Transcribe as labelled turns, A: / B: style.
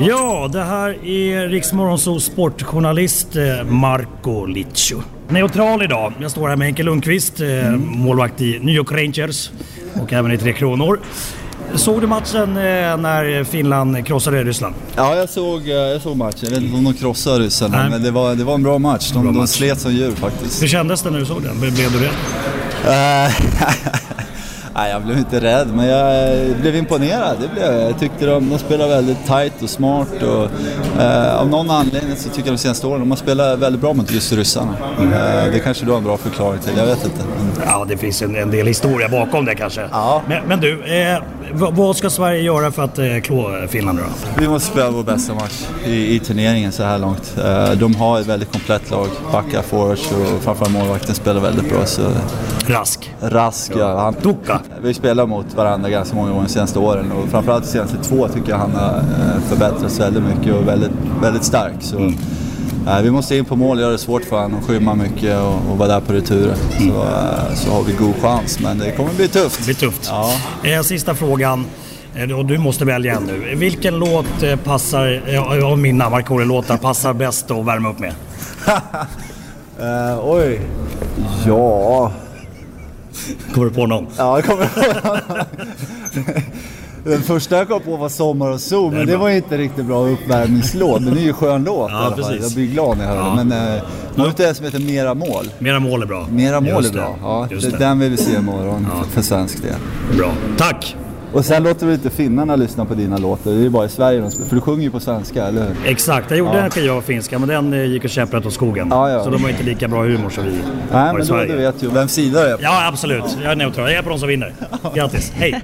A: Ja, det här är Riksmorgonsols sportjournalist eh, Marco Liccio. Neutral idag. Jag står här med Henke Lundqvist, eh, målvakt i New York Rangers och även i Tre Kronor. Såg du matchen eh, när Finland krossade Ryssland?
B: Ja, jag såg, eh, jag såg matchen. Jag vet inte om de krossade ryssarna,
A: Nej.
B: men det var, det var en bra match. De, de slet som djur faktiskt.
A: Hur kändes det när du såg den? Blev blev du rädd?
B: Eh, Nej, jag blev inte rädd, men jag eh, blev imponerad. Det blev, jag. jag tyckte de, de spelade väldigt tight och smart. Och, eh, av någon anledning så tycker jag de senaste åren de har spelat väldigt bra mot just ryssarna. Eh, det kanske du har en bra förklaring till, jag vet inte. Men,
A: Ja, det finns en, en del historia bakom det kanske.
B: Ja.
A: Men, men du, eh, vad, vad ska Sverige göra för att eh, klå Finland då?
B: Vi måste spela vår bästa match i, i turneringen så här långt. Eh, de har ett väldigt komplett lag. Backar, forwards och framförallt målvakten spelar väldigt bra. Så
A: Rask.
B: Rask, ja. Han,
A: Doka.
B: Vi spelar mot varandra ganska många gånger de senaste åren och framförallt de senaste två tycker jag han har eh, förbättrats väldigt mycket och väldigt, väldigt stark. Så, eh, vi måste in på mål, göra det svårt för honom, skymma mycket och, och vara där på returen. Så, eh, så har vi god chans, men det kommer bli tufft.
A: Det blir tufft.
B: Ja.
A: Eh, sista frågan. Eh, Och du måste välja en nu. Vilken låt eh, passar, eh, av mina Markoolio-låtar, passar bäst att värma upp med?
B: Eh, oj. Ja.
A: Kommer du på någon?
B: Ja, jag kommer ihåg. Den första jag kom på var Sommar och sol, men det var ju inte riktigt bra uppvärmningslåt. Men det är ju skön låt i
A: Ja,
B: alla fall.
A: precis.
B: Jag blir glad när jag hör
A: Ja.
B: den. Men eh, nu har inte en som heter Mera mål.
A: Mera mål är bra.
B: Mera mål är
A: Just det.
B: bra. Ja,
A: Just
B: det,
A: det.
B: den vill vi se imorgon för- för svensk del.
A: Bra. Tack!
B: Och sen låter vi inte finnarna lyssna på dina låtar. Det är ju bara i Sverige de spelar. För du sjunger ju på svenska, eller hur?
A: Exakt, jag gjorde en skiva av finska men den eh, gick och käpprätt åt skogen.
B: Ja, ja.
A: Så de har inte lika bra humor som vi
B: Nej,
A: har i
B: men då
A: Sverige.
B: du vet ju vem sida det är på.
A: Ja, absolut. Jag är neutral. Jag är på de som vinner. Grattis. Hej!